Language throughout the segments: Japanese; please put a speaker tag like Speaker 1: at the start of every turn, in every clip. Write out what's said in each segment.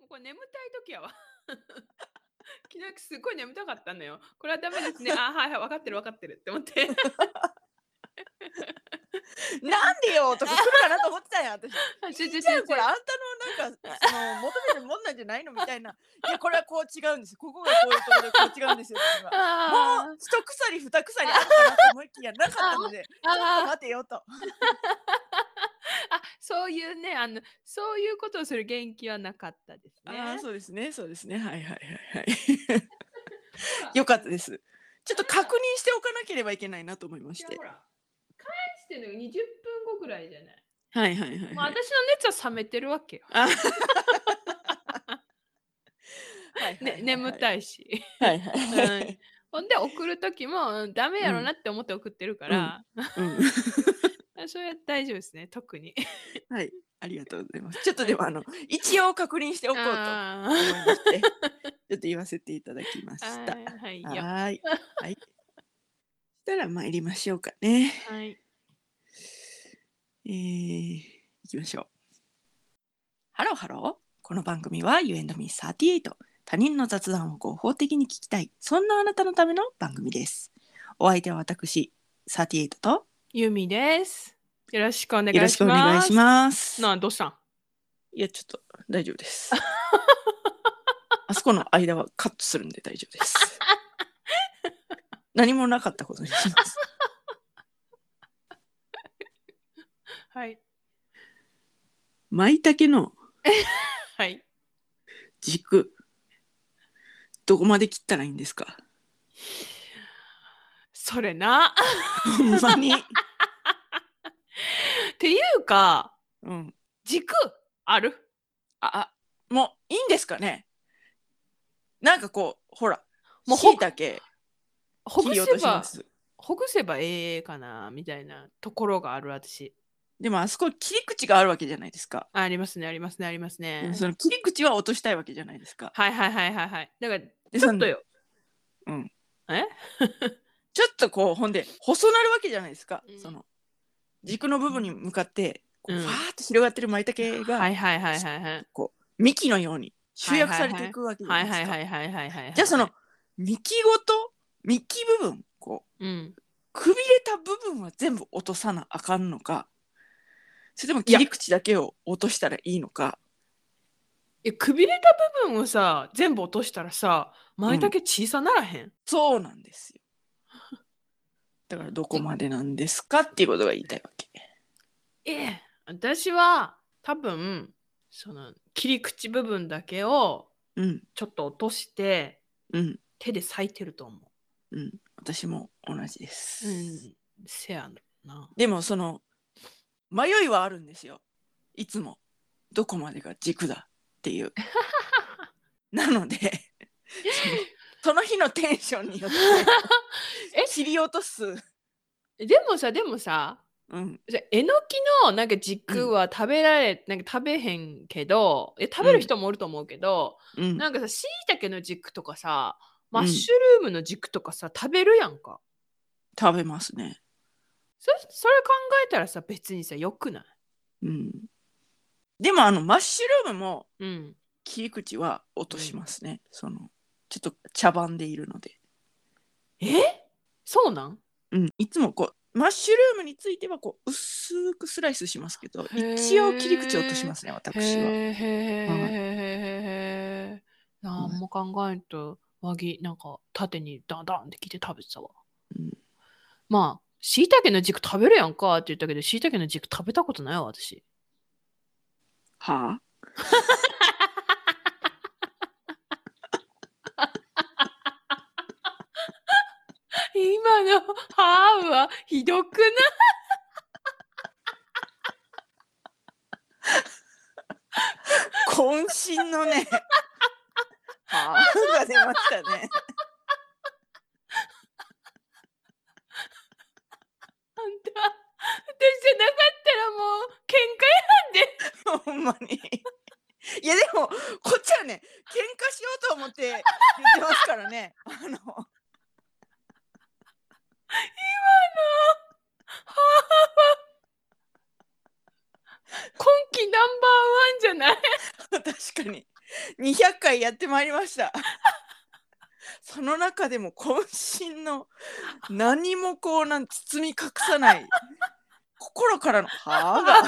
Speaker 1: ここ眠たい時やわ。 昨日すごい眠たかったのよ。これはダメですね。あはいはい分かってる分かってるって 思って。
Speaker 2: なんでよとか来るかなと思ってたんや私。
Speaker 1: 集中
Speaker 2: じゃあこれ
Speaker 1: 集
Speaker 2: あんたのなんかその求めてるもんなんじゃないのみたい な。いやこれはこう違うんです。ここがこういうところでこう違うんです よっていうの
Speaker 1: 中
Speaker 2: が。
Speaker 1: あ
Speaker 2: もう
Speaker 1: ー
Speaker 2: 一鎖二鎖あるかなと思いきやなかった ので、ちょっと
Speaker 1: あー
Speaker 2: 待てよと。
Speaker 1: あそういうねあのそういうことをする元気はなかったです
Speaker 2: ああ
Speaker 1: ね。
Speaker 2: そうですねそうですねはいはいはいはい よかったですちょっと確認しておかなければいけないなと思いま
Speaker 1: い
Speaker 2: し
Speaker 1: や
Speaker 2: て
Speaker 1: ほら返してるのが20分後ぐらいじゃない。
Speaker 2: はいはいはい
Speaker 1: もう
Speaker 2: はい
Speaker 1: 私の熱は冷めてるわ けよ。
Speaker 2: あはい
Speaker 1: ね、眠たいし。
Speaker 2: はいはいは
Speaker 1: うん
Speaker 2: い
Speaker 1: ほんで送る時もうんダメやろなって思って送ってるから、
Speaker 2: うん
Speaker 1: それは大丈夫ですね特 に。
Speaker 2: はいありがとうございますちょっとでもあの一応確認しておこうと思い
Speaker 1: あ
Speaker 2: ま
Speaker 1: ー
Speaker 2: してちょっと言わせていただきま したは
Speaker 1: はい
Speaker 2: ーい
Speaker 1: よ
Speaker 2: はいそしたら参りましょうかね
Speaker 1: はい。
Speaker 2: えー、いきましょう。ハローハロー。この番組は You and me38。他人の雑談を合法的に聞きたい。そんなあなたのための番組です。お相手は私、38と
Speaker 1: ゆみです。よろしくお願いします。
Speaker 2: よろしくお願いします。
Speaker 1: なあどうしたん
Speaker 2: いや、ちょっと大丈夫 です。あそこの間はカットするんで大丈夫です。何もなかったことにします。
Speaker 1: はい。
Speaker 2: 舞茸の
Speaker 1: はい。
Speaker 2: 軸、どこまで切ったらいいんですか
Speaker 1: それな。
Speaker 2: ほんまに。
Speaker 1: っていうか、
Speaker 2: うん。
Speaker 1: 軸ある
Speaker 2: あ、あもういいんですかねなんかこう、ほら、
Speaker 1: も
Speaker 2: も
Speaker 1: う
Speaker 2: う
Speaker 1: ほ
Speaker 2: だけ
Speaker 1: ほ
Speaker 2: 切
Speaker 1: ぐ
Speaker 2: り落
Speaker 1: せ
Speaker 2: としま
Speaker 1: ば、
Speaker 2: す。
Speaker 1: ほぐせばええかな、みたいなところがある私。
Speaker 2: でもあそこ切り口があるわけじゃないですか。
Speaker 1: ありますね、ありますね、ありますね。
Speaker 2: その切り口は落としたいわけじゃないですか。
Speaker 1: はいはいはいはいはい。だから、
Speaker 2: で
Speaker 1: ちょっとよ。
Speaker 2: うん。
Speaker 1: え
Speaker 2: ちょっとこう、ほんで、細なるわけじゃないですか。
Speaker 1: うん
Speaker 2: その軸の部分に向かって、こう
Speaker 1: うん
Speaker 2: ファーッと広がってる舞茸
Speaker 1: は
Speaker 2: が
Speaker 1: いはいはいはいはい。
Speaker 2: 幹のように集約されていくわけじゃな
Speaker 1: はいい
Speaker 2: です
Speaker 1: は
Speaker 2: か。
Speaker 1: いはいはいはいはい。
Speaker 2: じゃあその、幹ごと、幹部分、こう、
Speaker 1: うん。
Speaker 2: くびれた部分は全部落とさなあかんのかそれとも切り口だけを落としたらいいのか
Speaker 1: え、くびれた部分をさ、全部落としたらさ、舞茸小さならへん。
Speaker 2: そうなんですよだからどこまでなんですかっていうことが言いたいわけ
Speaker 1: ええ、私は多分、その切り口部分だけを
Speaker 2: うん
Speaker 1: ちょっと落として、
Speaker 2: うん
Speaker 1: 手で裂いてると思
Speaker 2: うん私も同じで
Speaker 1: う。
Speaker 2: す、
Speaker 1: うん、せやな。
Speaker 2: でもその迷いはあるんですよいつもどこまでが軸だっ ていうなのでそのその日のテンションによって
Speaker 1: え
Speaker 2: 切り落とす、
Speaker 1: でもさ、でもさ、
Speaker 2: うん、
Speaker 1: じゃえのきのなんか軸は食べられ、なんか食べへんけどえ食べる人もおると思うけど、
Speaker 2: うん
Speaker 1: なんかさしいたけの軸とかさ
Speaker 2: ん
Speaker 1: マッシュルームの軸とかさ食べるやんか
Speaker 2: 食べますね
Speaker 1: そそれ考えたらさ別にさよくない
Speaker 2: うんでもあのマッシュルームも
Speaker 1: うん
Speaker 2: 切り口は落としますね、そのちょっと茶番でいるので、
Speaker 1: えそうなん
Speaker 2: うん、いつもこうマッシュルームについてはこう薄くスライスしますけど
Speaker 1: へー
Speaker 2: 一応切り口落としますね私は
Speaker 1: へーへーへー
Speaker 2: はい
Speaker 1: へーへーへーなんも考えんと輪切りなんか縦にダンダンって切って食べてたわ、
Speaker 2: うん
Speaker 1: まあしいたけの軸食べるやんかって言ったけどしいたけの軸食べたことないわ私
Speaker 2: はあ
Speaker 1: 今の「はーはひどくない
Speaker 2: 渾身のねはあが出ましたね
Speaker 1: あんた私じゃなかったらもう喧嘩
Speaker 2: ほんまにいやでもこっちはね喧嘩しようと思って言ってますからねあの
Speaker 1: 今季ナンバーワンじゃない
Speaker 2: 確かに200回やってまいりました。 その中でも渾身の何もこうなん包み隠さない心からの「はあ」が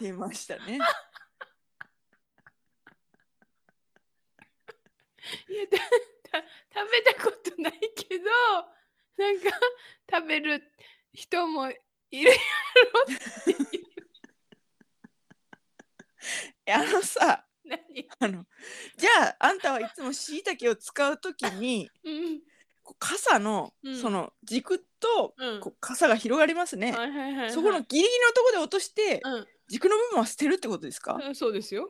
Speaker 2: 出ましたね。
Speaker 1: いやたた食べたことないけどなんか食べる人もいる
Speaker 2: えあのさ
Speaker 1: 何、
Speaker 2: あのじゃああんたはいつもしいたけを使う時に
Speaker 1: うん
Speaker 2: こう傘の、
Speaker 1: うん
Speaker 2: その軸と
Speaker 1: うん、
Speaker 2: こう傘が広がりますね。
Speaker 1: はいはいはいはい
Speaker 2: そこのギリギリのところで落として、
Speaker 1: うん
Speaker 2: 軸の部分は捨てるってことですか、
Speaker 1: うんそうですよ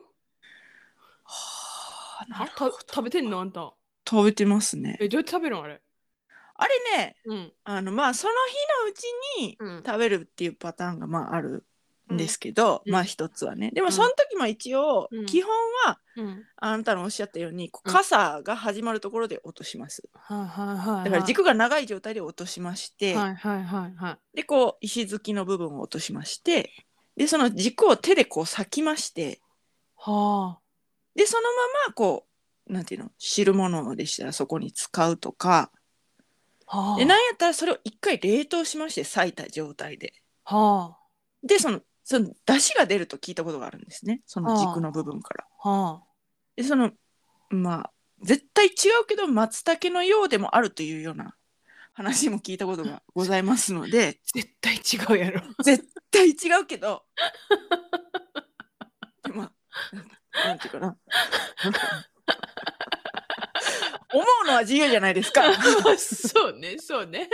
Speaker 2: はあ
Speaker 1: あた食べてんのあんた
Speaker 2: 食べてますね。
Speaker 1: えどうやって食べるのあれ
Speaker 2: あれね
Speaker 1: うん
Speaker 2: あのまあその日のうちに
Speaker 1: うん
Speaker 2: 食べるっていうパターンがまああるんですけど、
Speaker 1: うん
Speaker 2: まあ一つはねで
Speaker 1: う
Speaker 2: も
Speaker 1: ん
Speaker 2: その時も一応、
Speaker 1: うん
Speaker 2: 基本は
Speaker 1: うん
Speaker 2: あなたのおっしゃったようにこう
Speaker 1: うん
Speaker 2: 傘が始まるところで落とします、
Speaker 1: はいはいはいはい
Speaker 2: だから軸が長い状態で落としまして、
Speaker 1: はいはいはいはい
Speaker 2: でこう石突きの部分を落としましてでその軸を手でこう裂きまして
Speaker 1: はあ
Speaker 2: でそのままこうなんていうの汁物でしたらそこに使うとか
Speaker 1: はあ
Speaker 2: でなんやったらそれを一回冷凍しまして裂いた状態で
Speaker 1: は
Speaker 2: でそのその出汁が出ると聞いたことがあるんですねその軸の部分から。
Speaker 1: あは
Speaker 2: でそのまあ絶対違うけど松茸のようでもあるというような話も聞いたことがございますので
Speaker 1: 絶対違うや ろ
Speaker 2: 絶対違うけどでまあなんていうかな。なんか思うのは自由じゃないですか。
Speaker 1: そうねそうね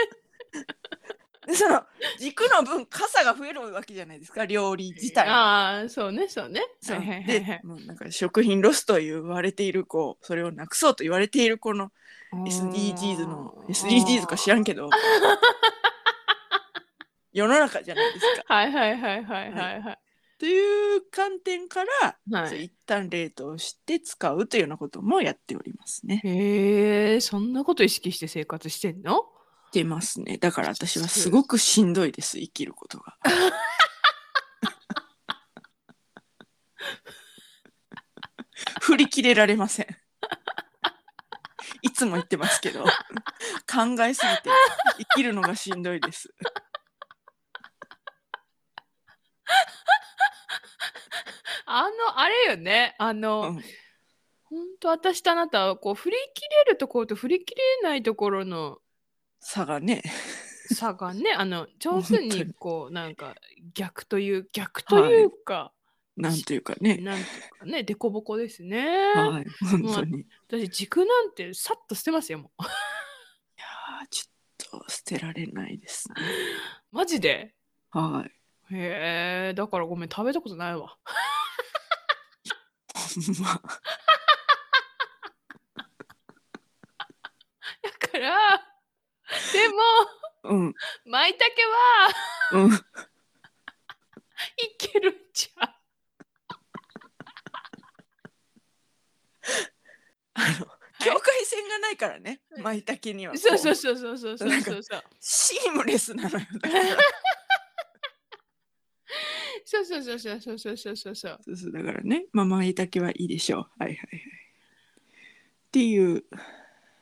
Speaker 2: でその軸の分傘が増えるわけじゃないですか料理自体が
Speaker 1: ああそうねそうね
Speaker 2: そう
Speaker 1: はいはいはいは
Speaker 2: で
Speaker 1: い
Speaker 2: もうなんか食品ロスと言われているこうそれをなくそうと言われているこの SDGs の SDGs か知らんけ ど世の中じゃないですか。
Speaker 1: はいはいはいはいはいは
Speaker 2: という観点から、
Speaker 1: い。は
Speaker 2: そう
Speaker 1: い、
Speaker 2: 一旦冷凍して使うというようなこともやっておりますね。
Speaker 1: へえそんなこと意識して生活してんの
Speaker 2: 出ますねだから私はすごくしんどいです生きることが。 振り切れられません。いつも言ってますけど考えすぎて生きるのがしんどいです。
Speaker 1: あのあれよねあの、
Speaker 2: うん
Speaker 1: ほんと私とあなたはこう振り切れるところと振り切れないところの
Speaker 2: 差がね
Speaker 1: 差がねあの上手
Speaker 2: 本当
Speaker 1: に
Speaker 2: に
Speaker 1: こうなんか逆という逆というか、
Speaker 2: なんというかね
Speaker 1: なんていうかね凸凹ですね、
Speaker 2: はい本当に。い
Speaker 1: 私軸なんてさっと捨てますよもう
Speaker 2: やーちょっと捨てられないですね。
Speaker 1: マジで
Speaker 2: はい
Speaker 1: へえだからごめん食べたことないわ
Speaker 2: ほんま
Speaker 1: だからでも
Speaker 2: うん
Speaker 1: 舞茸は
Speaker 2: うん
Speaker 1: いけるんちゃう
Speaker 2: あの境界線がないからね、
Speaker 1: はい
Speaker 2: 舞茸にはこ。
Speaker 1: そうそうそうそうそうそうそうそう
Speaker 2: シームレスな のよ。だから
Speaker 1: そうそうそうそうそうそうそうそうそう
Speaker 2: そうそうだからね、まあ、舞茸はいいでしょう。はいはいはい。っていう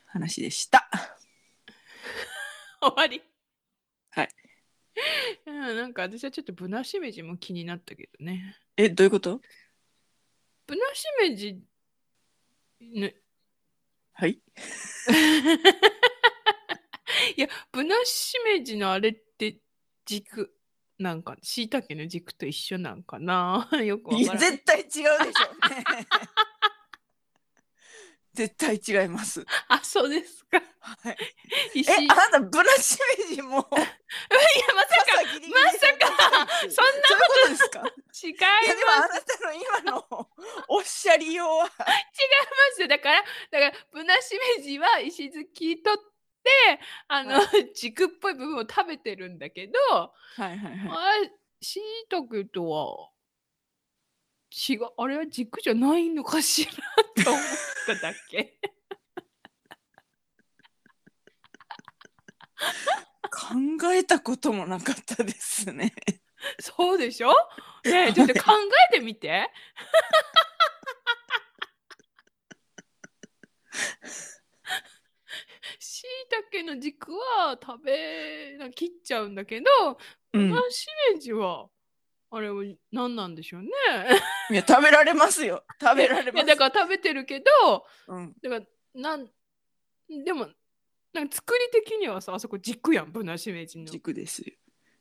Speaker 2: 話でした。
Speaker 1: 終わり
Speaker 2: はい
Speaker 1: うんなんか私はちょっとぶなしめじも気になったけどね
Speaker 2: え、どういうこと
Speaker 1: ぶなしめじね
Speaker 2: はい。
Speaker 1: いやぶなしめじのあれって軸なんかしいたけの軸と一緒なんかな よくわ
Speaker 2: い
Speaker 1: から
Speaker 2: や
Speaker 1: ない
Speaker 2: 絶対違うでしょうね。 絶対違います。
Speaker 1: あそうですか
Speaker 2: はい、え
Speaker 1: 石井、いや
Speaker 2: あなたブラシメジも。ま
Speaker 1: まさか
Speaker 2: ギリギリ
Speaker 1: まさか
Speaker 2: そういう
Speaker 1: そんな
Speaker 2: ことですか。
Speaker 1: 違い
Speaker 2: いや、でも、あ
Speaker 1: ま
Speaker 2: なたの今のおっしゃりようは。
Speaker 1: すだからだからぶなしめじは石突き取ってあの、
Speaker 2: は
Speaker 1: 軸っぽい部分を食べてるんだけど、
Speaker 2: はいはいはい。
Speaker 1: あれ、しいたけとは、違う、あれは軸じゃないのかしらと思っただ け。
Speaker 2: 考えたこともなかったですね。
Speaker 1: そうでしょねえちょっと考えてみて。しいたけの軸は食べな切っちゃうんだけど、
Speaker 2: うん
Speaker 1: まあ、しめじはあれは何なんでしょうね。
Speaker 2: いや食べられますよ食べられ
Speaker 1: い
Speaker 2: ま
Speaker 1: や
Speaker 2: す
Speaker 1: だから食べてるけど
Speaker 2: うん、
Speaker 1: だからなんでもなんか作り的にはさあそこ軸やんぶなしめじの。
Speaker 2: 軸ですよ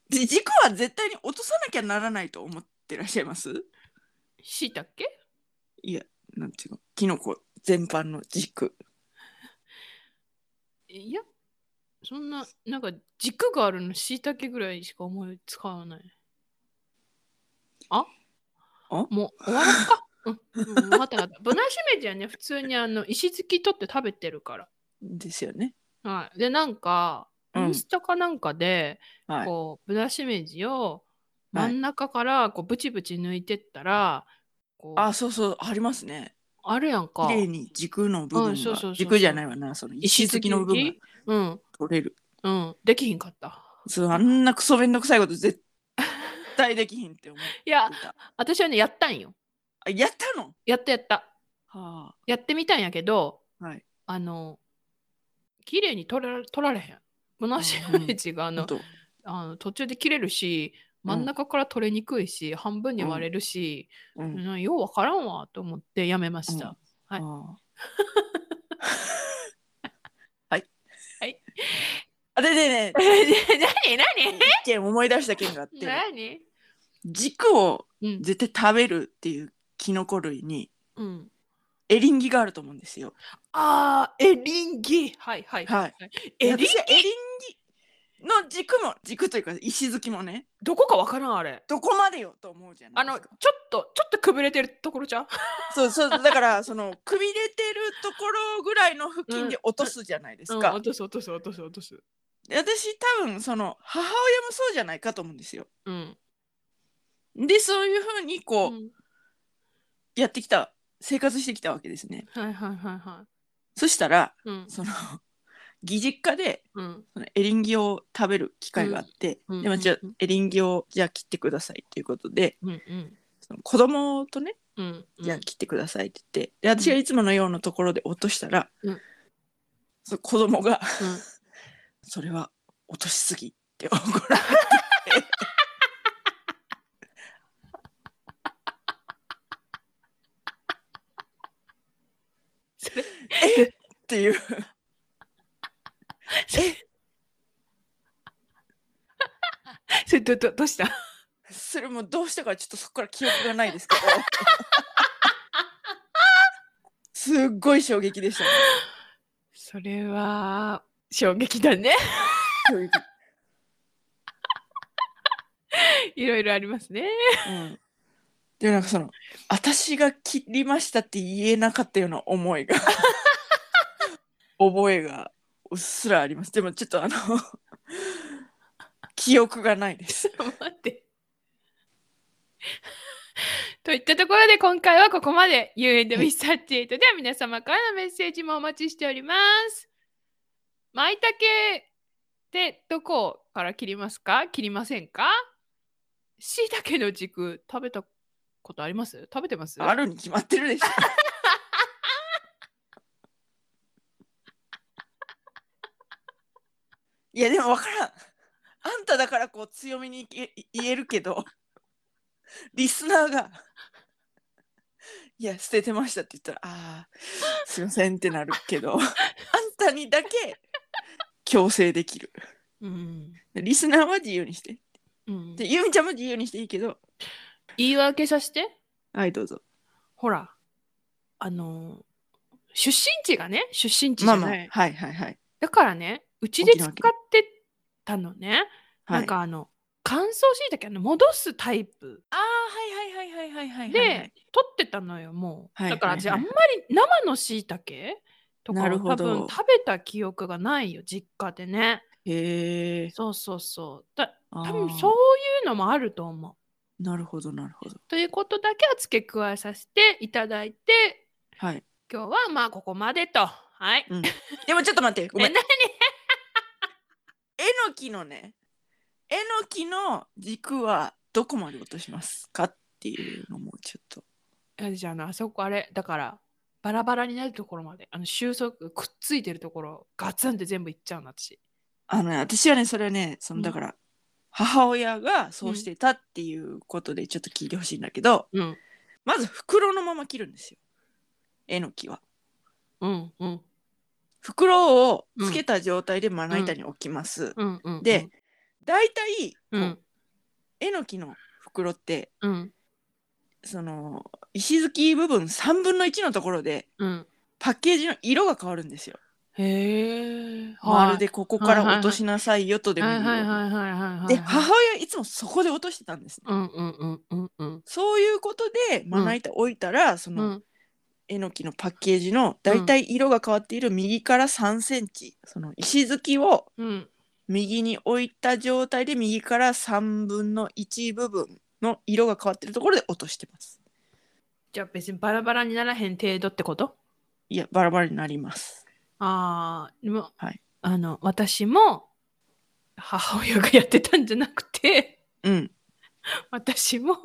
Speaker 2: で軸は絶対に落とさなきゃならないと思ってらっしゃいます
Speaker 1: しいたけ
Speaker 2: なんていうのキノコ全般の軸
Speaker 1: いや、そんな、なんか軸があるの、しいたけぐらいしか思いつかない。あ
Speaker 2: あ
Speaker 1: もう終わろっか。うん、うん分かった分かった。ぶなしめじはね、普通にあの石突き取って食べてるか
Speaker 2: ですよね
Speaker 1: ら。はい。で、なんか、
Speaker 2: うん
Speaker 1: インスタかなんかで、
Speaker 2: はい
Speaker 1: こう、ぶなしめじを
Speaker 2: はい
Speaker 1: 真ん中からこうブチブチ抜いてったら、こう
Speaker 2: あそうそうありますね
Speaker 1: あるやんか
Speaker 2: 綺。麗に軸の部分が、
Speaker 1: うんそうそうそうそう
Speaker 2: 軸じゃないわなその石突きの部分が
Speaker 1: うん、
Speaker 2: 取れる
Speaker 1: うん、できひんかった。
Speaker 2: そうあんなクソめんどくさいこと絶対できひんって思っ
Speaker 1: いや
Speaker 2: て、た
Speaker 1: 私はね、やったんよ。
Speaker 2: あやったの
Speaker 1: やったやった。
Speaker 2: はあ
Speaker 1: やってみたんやけど、
Speaker 2: はい
Speaker 1: あの綺麗に取ら取られへん。ブナシメジがあ
Speaker 2: ほ
Speaker 1: の
Speaker 2: ん、と
Speaker 1: あの途中で切れるし真ん中から取れにくいし、半分に割れるし、
Speaker 2: うん
Speaker 1: うんようわからんわと思ってやめました。
Speaker 2: うん
Speaker 1: はい
Speaker 2: あ
Speaker 1: はい。
Speaker 2: あででね
Speaker 1: 何何
Speaker 2: 一件思い出した件があって
Speaker 1: 何
Speaker 2: 軸を
Speaker 1: うん
Speaker 2: 絶対食べるっていうキノコ類に
Speaker 1: うん、
Speaker 2: エリンギがあると思うんですよ。
Speaker 1: あーエリンギはいはい
Speaker 2: はい、
Speaker 1: エリンギ
Speaker 2: 私はエリンギの軸も軸というか石突きもね
Speaker 1: どこかわからんあれ
Speaker 2: どこまでよと思うじゃな
Speaker 1: あ
Speaker 2: いで
Speaker 1: の
Speaker 2: す
Speaker 1: ちょ
Speaker 2: か。
Speaker 1: っとちょっとくびれてるところじゃん
Speaker 2: そうそうだから そのくびれてるところぐらいの付近で落とすじゃないで
Speaker 1: う
Speaker 2: す
Speaker 1: ん
Speaker 2: か。
Speaker 1: 落とす落とす落とす落とす
Speaker 2: で私多分その母親もそうじゃないかと思うんですよ。
Speaker 1: うん、
Speaker 2: でそういうふうに
Speaker 1: う
Speaker 2: こう、
Speaker 1: ん、
Speaker 2: やってきた生活してきたわけですね。
Speaker 1: はいはいはいは
Speaker 2: そしたら
Speaker 1: いうん
Speaker 2: その 義実家で
Speaker 1: うん
Speaker 2: そのエリンギを食べる機会があって、
Speaker 1: うん
Speaker 2: でまあ
Speaker 1: うん
Speaker 2: じゃあ
Speaker 1: うん
Speaker 2: エリンギをじゃあ切ってくださいということで
Speaker 1: うんうん
Speaker 2: その子供とね
Speaker 1: うんうん
Speaker 2: じゃあ切ってくださいって言ってで私がいつものようなところで落としたら、
Speaker 1: うん
Speaker 2: その子供が
Speaker 1: うん
Speaker 2: 「それは落としすぎ」って怒られて
Speaker 1: それ
Speaker 2: えっっ ていう
Speaker 1: それどどどうした
Speaker 2: それもどうしたかちょっとそこから記憶がないですけどすっごい衝撃でしたね
Speaker 1: それは衝撃だね
Speaker 2: 衝撃
Speaker 1: いろいろありますね
Speaker 2: うんでもなんかその私が切りましたって言えなかったような思いが覚えがうっすらありますでもちょっとあの記憶がないです
Speaker 1: 待ってといったところで今回はここまで U&B38 では 皆様からのメッセージもお待ちしておりますまいたけってどこから切りますか切りませんかしいたけの軸食べたことあります食べてます
Speaker 2: あるに決まってるでしょ いやでも分からんあんただからこう強めに言え言えるけどリスナーが「いや捨ててました」って言ったら「あーすいません」ってなるけどあんたにだけ強制できる
Speaker 1: うん
Speaker 2: リスナーは自由にして
Speaker 1: うん
Speaker 2: でゆみちゃんも自由にしていいけど
Speaker 1: 言い訳させて
Speaker 2: はいどうぞ
Speaker 1: ほら、あのー出身地がね、出身地じ
Speaker 2: ま
Speaker 1: ゃ
Speaker 2: あ
Speaker 1: ない。
Speaker 2: まあはいはいはい
Speaker 1: だからね、うちで
Speaker 2: 沖
Speaker 1: 使
Speaker 2: 縄
Speaker 1: っ
Speaker 2: 県
Speaker 1: てたのね、
Speaker 2: は
Speaker 1: ないんかあの、乾燥しいたけの戻すタイプ
Speaker 2: ああはいはいはいはいはいはい
Speaker 1: で、
Speaker 2: はいはい
Speaker 1: 取ってたのよ、もう。
Speaker 2: はい
Speaker 1: だから私、
Speaker 2: はい
Speaker 1: あん
Speaker 2: はい
Speaker 1: まり生のしいたけとか
Speaker 2: なる
Speaker 1: を
Speaker 2: ほ
Speaker 1: 多
Speaker 2: ど
Speaker 1: 分食べた記憶がないよ、実家でね。
Speaker 2: へえ
Speaker 1: そうそうそう。だ
Speaker 2: 多
Speaker 1: 多分そういうのもあると思う。
Speaker 2: なるほどなるほど
Speaker 1: ということだけは付け加えさせていただいて、
Speaker 2: はい
Speaker 1: 今日はまあここまでと。はい。
Speaker 2: でもちょっと待ってごめん
Speaker 1: え
Speaker 2: え
Speaker 1: 何
Speaker 2: のきのねえのきの軸はどこまで落としますかっていうのもちょっと
Speaker 1: じゃああのあそこあれだからバラバラになるところまであの収束くっついてるところガツンって全部いっちゃうな私
Speaker 2: あのね私はねそれはねそ
Speaker 1: う
Speaker 2: の
Speaker 1: ん
Speaker 2: だから、母親がそうしてたっていうことでちょっと聞いてほしいんだけど、
Speaker 1: うん
Speaker 2: まず袋のまま切るんですよえのきは。
Speaker 1: うんうん
Speaker 2: 袋をつけた状態でまな板に置きます。
Speaker 1: うんうん
Speaker 2: で大体
Speaker 1: う
Speaker 2: こ
Speaker 1: ん
Speaker 2: うえのきの袋って
Speaker 1: うん
Speaker 2: その石突き部分3分の1のところで
Speaker 1: うん
Speaker 2: パッケージの色が変わるんですよ。
Speaker 1: へえ
Speaker 2: まるでここから落としなさいよとでも
Speaker 1: はいい
Speaker 2: い
Speaker 1: はいは
Speaker 2: よ。
Speaker 1: いはいはいはい
Speaker 2: で母親いつもそこで落としてたんですね。
Speaker 1: うんうんうんうんうん
Speaker 2: そういうことでまな板置いたら、そうの
Speaker 1: ん
Speaker 2: えのきのパッケージのだいたい色が変わっている右から3センチその石突きを
Speaker 1: うん
Speaker 2: 右に置いた状態で右から3分の1部分の色が変わってるところで落としてます。
Speaker 1: じゃあ別にバラバラにならへん程度ってこと
Speaker 2: いやバラバラになります。
Speaker 1: ああでも、
Speaker 2: はい
Speaker 1: あの私も母親がやってたんじゃなくて
Speaker 2: うん
Speaker 1: 私も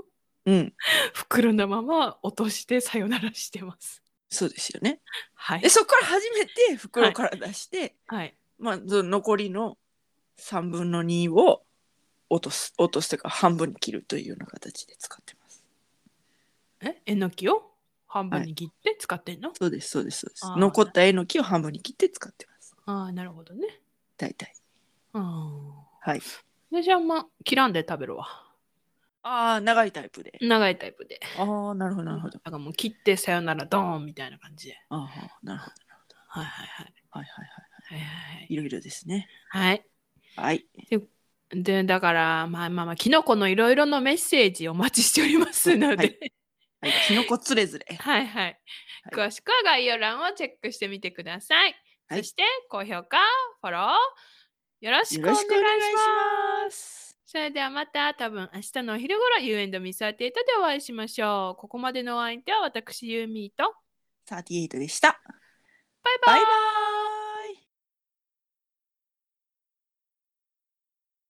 Speaker 2: うん
Speaker 1: 袋のまま落としてさよならしてます。
Speaker 2: そうですよね。
Speaker 1: は
Speaker 2: で
Speaker 1: い。
Speaker 2: そこから初めて袋から出して、
Speaker 1: はい、
Speaker 2: まあその残りの3分の2を落とす落とすというか半分に切るというような形で使ってます。
Speaker 1: ええのきを半分に切って使ってんの、
Speaker 2: そうですそうですそうです
Speaker 1: あ。ー
Speaker 2: 残ったえのきを半分に切って使ってます。
Speaker 1: ああなるほどね。
Speaker 2: 大体
Speaker 1: うん。
Speaker 2: はい。
Speaker 1: でじゃあまあ切らんで食べるわ。
Speaker 2: ああ長いタイプで。
Speaker 1: 長いタイプで。
Speaker 2: ああなるほどなるほど。
Speaker 1: だからもう切ってさよならドーンみたいな感じで。
Speaker 2: ああなるほど。
Speaker 1: はいはいはい。
Speaker 2: はいはいはい。
Speaker 1: はいはい
Speaker 2: いろいろですね。
Speaker 1: はい。はい
Speaker 2: はい。
Speaker 1: でだからまあまあまあキノコのいろいろのメッセージお待ちしておりますので、
Speaker 2: はいはい、キノコつれづれ。
Speaker 1: はいはい。
Speaker 2: は
Speaker 1: 詳しくは概要欄をチェックしてみてください。
Speaker 2: はい
Speaker 1: そして高評価、フォローよろしくお願いします。
Speaker 2: す。
Speaker 1: それではまた多分明日のお昼ごろ You and Me38 でお会いしましょう。ここまでのお相手は私ユーミーと
Speaker 2: 38でした。
Speaker 1: バイバイ
Speaker 2: バイバ